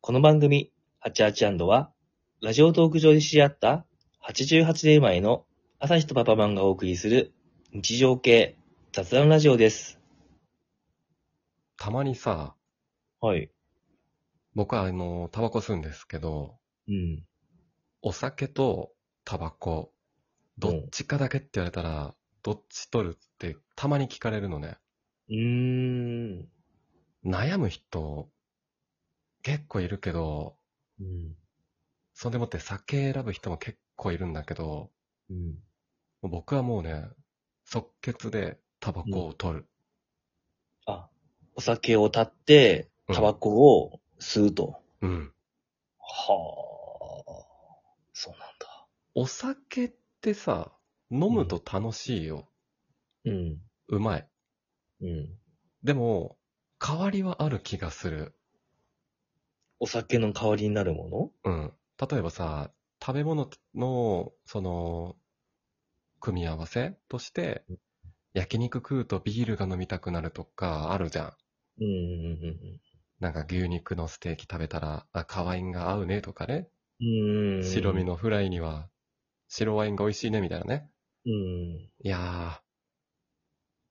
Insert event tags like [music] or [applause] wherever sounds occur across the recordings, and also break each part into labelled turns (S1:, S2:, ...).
S1: この番組、88& は、ラジオトーク上で知り合った、88年生まれの朝日とパパマンがお送りする、日常系雑談ラジオです。
S2: たまにさ、
S1: はい。
S2: 僕はあの、タバコ吸うんですけど、
S1: うん。
S2: お酒とタバコ、どっちかだけって言われたら、どっち取るってたまに聞かれるのね。
S1: うーん。
S2: 悩む人、結構いるけど、
S1: うん。
S2: そんでもって酒選ぶ人も結構いるんだけど、
S1: うん。
S2: もう僕はもうね、即決でタバコを取る。
S1: あ、お酒を断って、タバコを吸うと。
S2: うん。
S1: はあ。そうなんだ。
S2: お酒ってさ、飲むと楽しいよ。
S1: うん。
S2: うまい。
S1: うん。
S2: でも、代わりはある気がする。
S1: お酒の代わりになるもの
S2: うん。例えばさ、食べ物の、その、組み合わせとして、焼肉食うとビールが飲みたくなるとかあるじゃん。
S1: うんうん
S2: なんか牛肉のステーキ食べたら、あ、赤ワインが合うねとかね。
S1: うんうん。うーん。
S2: 白身。のフライには、白ワインが美味しいねみたいなね。
S1: うん。
S2: いや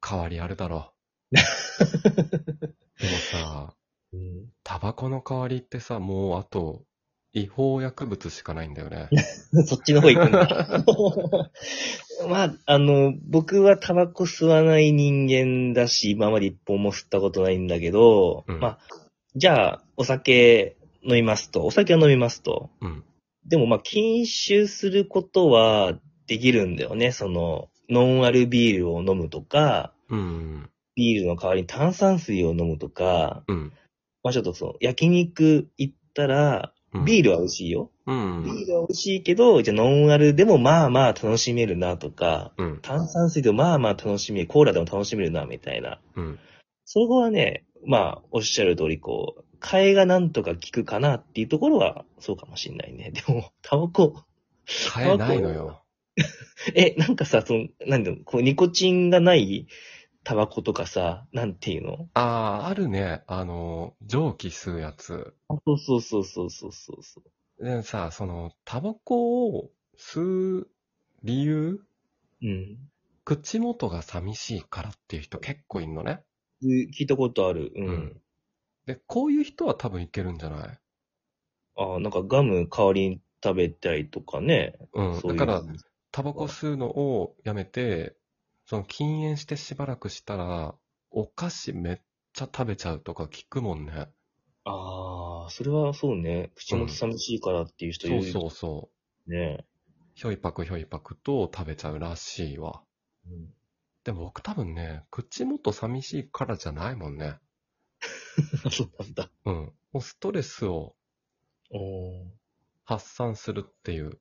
S2: ー、代わりあるだろ
S1: [laughs]
S2: う。でもさ、
S1: うん
S2: タバコの代わりってさ、もうあと、違法薬物しかないんだよ
S1: [laughs]
S2: ね。
S1: そっちの方行くん
S2: [laughs]
S1: だ。まあ、あの、僕はタバコ吸わない人間だし、今まで一本も吸ったことないんだけど、
S2: うん
S1: まあ、じゃあ、お酒飲みますと。お酒は飲みますと。
S2: うん。
S1: でもまあ、禁酒することはできるんだよね。その、ノンアルビールを飲むとか、
S2: うん。
S1: ビールの代わりに炭酸水を飲むとか、
S2: うん。
S1: まあちょっとその、焼肉行ったら、
S2: うん
S1: ビールは美味しいよ。
S2: うん。
S1: ビールは美味しいけど、じゃあノンアルでもまあまあ楽しめるなとか、
S2: うん。
S1: 炭酸水でもまあまあ楽しめる、コーラでも楽しめるなみたいな。
S2: うん。
S1: そこはね、まあおっしゃる通りこう、替えがなんとか効くかなっていうところはそうかもしんないね。 [laughs] でも、タバコ、
S2: 変えないのよ。
S1: え、なんかさ、その、なんだろう、こうニコチンがないタバコとかさ、なんていうの
S2: ああ、あるね。あの、蒸気吸うやつ。
S1: あそうそうそうそうそうそうそう。
S2: でさ、その、タバコを吸う理由
S1: うん。
S2: 口元が寂しいからっていう人結構いんのね。
S1: で聞いたことある。うん。
S2: うんで、こういう人は多分いけるんじゃない
S1: あなんかガム代わりに食べたりとかね。
S2: うん。
S1: そういう
S2: だから、タバコ吸うのをやめて、その禁煙してしばらくしたら、お菓子めっちゃ食べちゃうとか聞くもんね。
S1: ああ、それはそうね。口元寂しいからっていう人い
S2: そう
S1: る
S2: そうそ
S1: ね。
S2: う。ひょいぱくひょいぱくと食べちゃうらしいわ。
S1: うん
S2: でも僕多分ね、口元寂しいからじゃないもんね。
S1: そうなんだ。
S2: うん。もうストレスを
S1: おー
S2: 発散するっていう。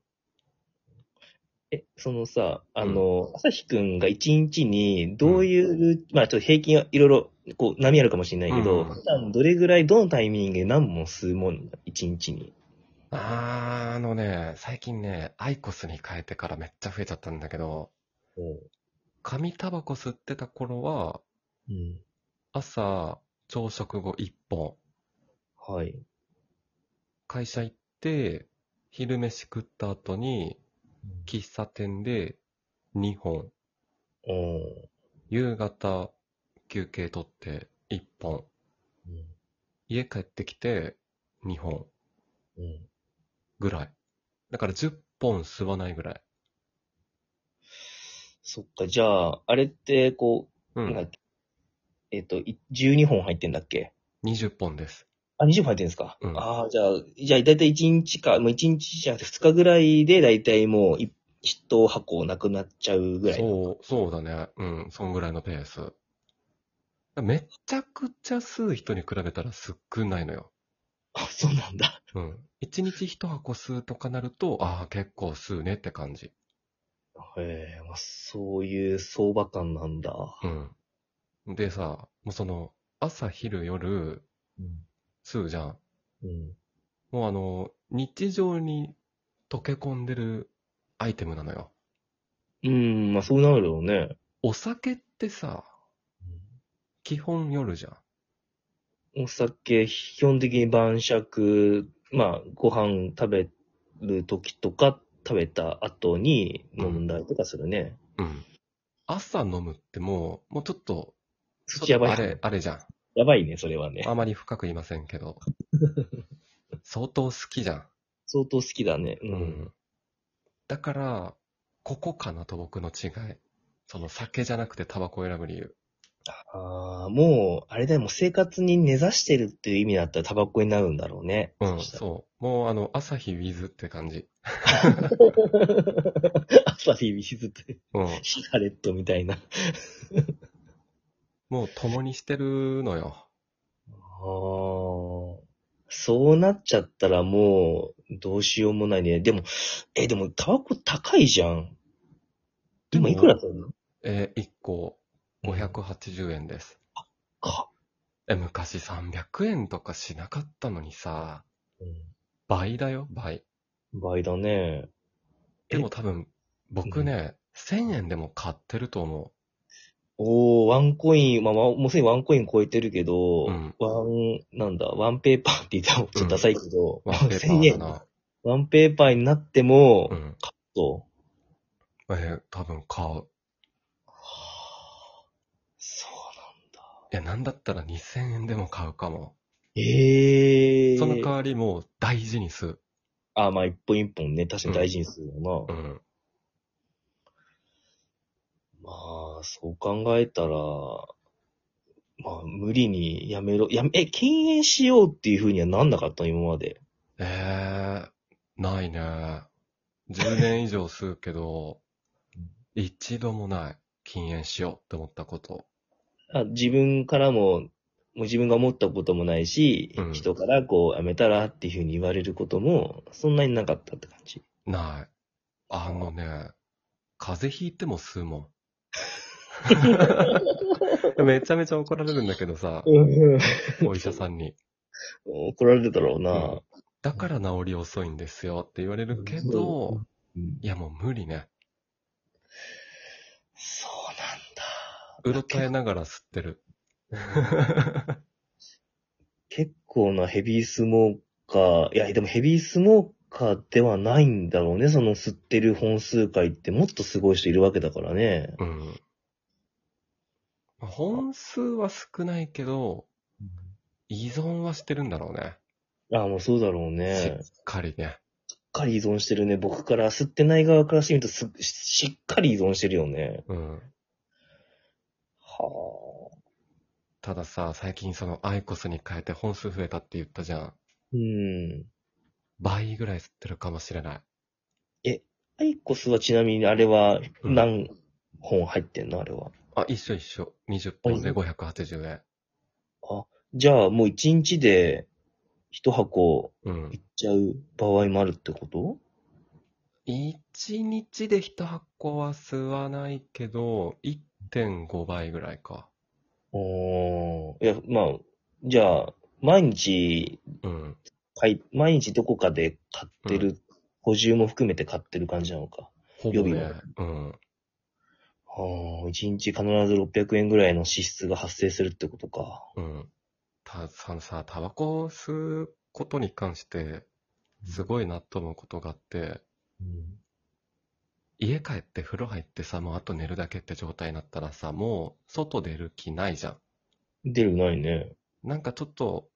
S1: え、そのさ、あの、朝日くんが一日にどういうルー、まあちょっと平均はいろいろ、こう、波あるかもしれないけど、
S2: うん
S1: 普段どれぐらい、どのタイミングで何本吸うもんだ一日に。
S2: あー、あのね、最近ね、アイコスに変えてからめっちゃ増えちゃったんだけど、紙タバコ吸ってた頃は、
S1: うん。
S2: 朝、朝食後1本、
S1: はい。
S2: 会社行って、昼飯食った後に、喫茶店で2本、
S1: おー
S2: 夕方、休憩取って1本、家帰ってきて2本。
S1: うんうん
S2: ぐらい。だから10本吸わないぐらい。
S1: そっか、じゃあ、あれって、こ
S2: う
S1: う、なんだ
S2: ん。
S1: っけえっと、い12本入ってんだっけ
S2: 20本です。
S1: あ、20分入ってるんですか、
S2: うん
S1: ああ、じゃあ、じゃあ、だいたい1日か、もう1日じゃなくて2日ぐらいで、だいたいもう1、一箱なくなっちゃうぐらいの。
S2: そう、そうだね。うん、そんぐらいのペース。めちゃくちゃ吸う人に比べたら少ないのよ。
S1: あ、そうなんだ。
S2: うん。1日1箱吸うとかなると、ああ、結構吸うねって感じ。
S1: へえ、まあ、そういう相場感なんだ。
S2: うん。でさ、もうその、朝、昼、夜、
S1: うん。
S2: 吸うじゃん。
S1: うん。
S2: もうあの、日常に溶け込んでるアイテムなのよ。
S1: うん、まあ、そうなるよね。
S2: お酒ってさ、基本夜じゃん。
S1: お酒、基本的に晩酌、まあ、ご飯食べる時とか、食べた後に飲んだりとかするね。
S2: うん。朝飲むってもう、もうちょっと、
S1: そっちやばい
S2: あれ、あれじゃん。
S1: やばいね、それはね。
S2: あまり深く言いませんけど。相当好きじゃん。
S1: 相当好きだね。う。
S2: うんんだから、ここかなと僕の違い。その酒じゃなくてタバコを選ぶ理由。
S1: ああ、もう、あれだよ、もう生活に根ざしてるっていう意味だったらタバコになるんだろうね。
S2: うん、
S1: そしたら
S2: そう。もうあの、朝日ウィズって感じ。
S1: [laughs] 朝日見ずって、
S2: うん。
S1: シガレットみたいな。
S2: もう共にしてるのよ。
S1: あーそうなっちゃったらもう、どうしようもないね。でも、え、でも、タバコ高いじゃん。今いくらだったの
S2: えー、1個580円です。
S1: か。
S2: え、昔300円とかしなかったのにさ、
S1: うん
S2: 倍だよ、倍。
S1: 倍だね。え
S2: でも多分、僕ね、1000円でも買ってると思
S1: おー、ワンコイン、まあ、まあもうすでにワンコイン超えてるけど、
S2: うん
S1: ワン、なんだ、ワンペーパーって言ったらちょっとダサいけど、
S2: う。ワンペーパ
S1: 1000
S2: ー
S1: 円
S2: かな。
S1: ワンペーパーになっても、
S2: うん。
S1: そ
S2: えー多分買う。
S1: う。そうなんだ。
S2: いや、なんだったら2000円でも買うかも。
S1: ええー。
S2: その代わりもう大事にする。
S1: あ、まあ、一本一本ね、確かに大事にするよな。
S2: うん。
S1: まあ、そう考えたら、まあ、無理にやめろ。やめ、え、禁煙しようっていうふうにはなんなかったの今まで。
S2: えー、ないね。10年以上吸う
S1: [laughs]
S2: けど、一度もない。禁煙しようって思ったこと。
S1: あ自分からも、もう自分が思ったこともないし、
S2: うん
S1: 人からこう、やめたらっていうふうに言われることも、そんなになかったって感じ。
S2: ない。あのね、風邪ひいても吸
S1: [laughs]
S2: うもん。 [laughs] めちゃめちゃ怒られるんだけどさ、 [laughs] お医者さんに。
S1: 怒られるだろうな。
S2: だから治り遅いんですよって言われるけど、
S1: うん
S2: いやもう無理ね。
S1: そうなんだ。
S2: うろたえながら吸っ
S1: [laughs]
S2: てる。
S1: 結構なヘビースモーカー、いや、でもヘビースモーカーではないんだろうね。その吸ってる本数回ってもっとすごい人いるわけだからね。
S2: うん。まあ本数は少ないけど、依存はしてるんだろうね。
S1: ああ、もうそうだろうね。し
S2: し
S1: っ
S2: っかりね。
S1: かり依存してるね。僕から吸ってない側からしてみるとすししっかり依存してるよね。
S2: うん。
S1: はあ。
S2: たださ、最近そのアイコスに変えて本数増えたって言ったじゃ
S1: う
S2: ん。
S1: ん。
S2: 倍ぐらい吸ってるかもしれない。
S1: アイコスはちなみにあれは
S2: うん
S1: 何本入ってんのあれは。
S2: あ、一緒一緒。20本で580円。
S1: じゃあもう1日で1箱
S2: うん
S1: いっ。ちゃう場合もあるってこと
S2: 1日で1箱は吸わないけど、1.5倍ぐらいか。
S1: おーいや、まあ、じゃあ、毎日、
S2: うん。
S1: 買い、毎日どこかで買ってる、補充も含めて買ってる感じなのか。
S2: ほぼ
S1: 予
S2: ね
S1: 備。
S2: う
S1: あ
S2: ん。
S1: あ、一日必ず600円ぐらいの支出が発生するってことか。
S2: うん。た、そのさ、タバコを吸うことに関して、すごいなと思うことがあって、家帰って風呂入ってさ、もうあと寝るだけって状態になったらさ、もう外出る気ないじゃん。
S1: 出るないね。
S2: なんかちょっと、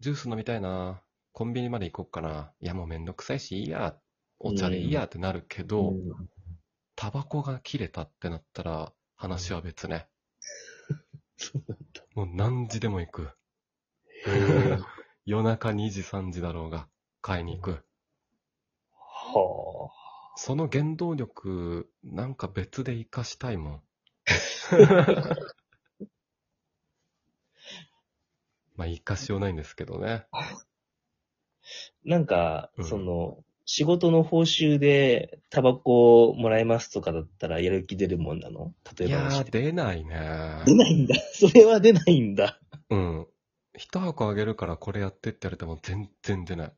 S2: ジュース飲みたいな、コンビニまで行こうかな、いやもうめんどくさいし、いいや、お茶でいいやってなるけど、
S1: うん
S2: タバコが切れたってなったら、話は別ね。
S1: そうなんだ。
S2: もう何時でも行く。
S1: へえ。
S2: [laughs] 夜中2時3時だろうが、買いに行く。
S1: は
S2: その原動力、なんか別で活かしたいも [laughs] ん。まあ、活かしようないんですけどね。
S1: あ。なんか、
S2: うん
S1: その、仕事の報酬でタバコをもらえますとかだったらやる気出るもんなの例え
S2: い
S1: ば
S2: や
S1: の人。
S2: ー、出ない
S1: 出
S2: ね。
S1: ないんだ。それは出ないんだ。
S2: うん。一箱あげるからこれやってって言われても全然出ない。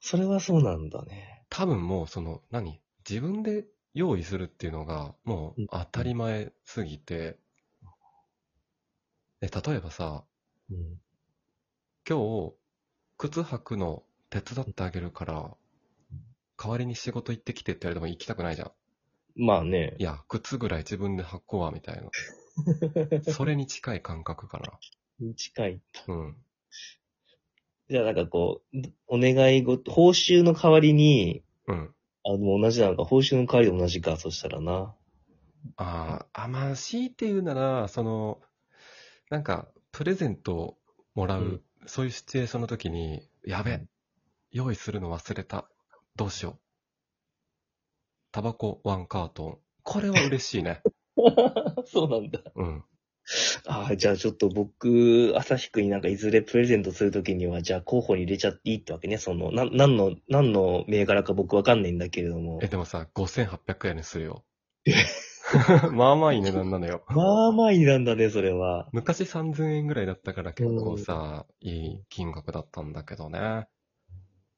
S1: それはそうなんだね。
S2: 多分もう、その、何自分で用意するっていうのが、もう当たり前すぎて。え、例えばさ、
S1: うん。
S2: 今日、靴履くの手伝ってあげるから、代わりに仕事行ってきてって言われても行きたくないじゃん。
S1: まあね
S2: い。や、靴ぐらい自分で履こうわ、みたいな。それに近い感覚か
S1: 近い。
S2: な。うん。
S1: じゃあなんかこう、お願いご、報酬の代わりに、
S2: うん。
S1: あの、同じなのか、報酬の代わりで同じか、そしたらな。
S2: あーあ、まあ、強いて言うなら、その、なんか、プレゼントをもらう、
S1: うん
S2: そういうシチュエーションの時に、やべ、用意するの忘れた。どうしよう。タバコワンカートン。これは嬉しいね。
S1: [laughs] そうなんだ。
S2: うん。
S1: ああ、じゃあちょっと僕、朝日くんになんかいずれプレゼントするときには、じゃあ候補に入れちゃっていいってわけね。その、な、何の、何の銘柄か僕わかんないんだけれど [laughs] も
S2: え、。でもさ、5800円にするよ。 [laughs] まあまあいい値段なのよ。
S1: まあまあいいなんだね、それは。
S2: 昔3000円ぐらいだったから結構さ、いい金額だったんだけどね。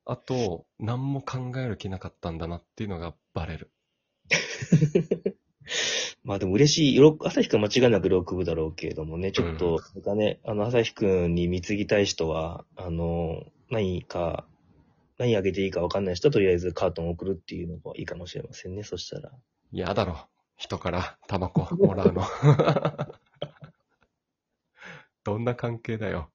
S2: あと、何も考える気なかったんだなっていうのがバレる。
S1: まあでも嬉しい。よろ朝日くんは間違いなく6部だろうけれどもね、ちょっと、なんかね、あの、朝日くんに貢ぎたい人は、あの、何か、何あげていいかわかんない人はとりあえずカートンを送るっていうのがいいかもしれませんね、そしたら。
S2: 嫌だろ。人からタバコもら [laughs] うの。どんな関係だよ。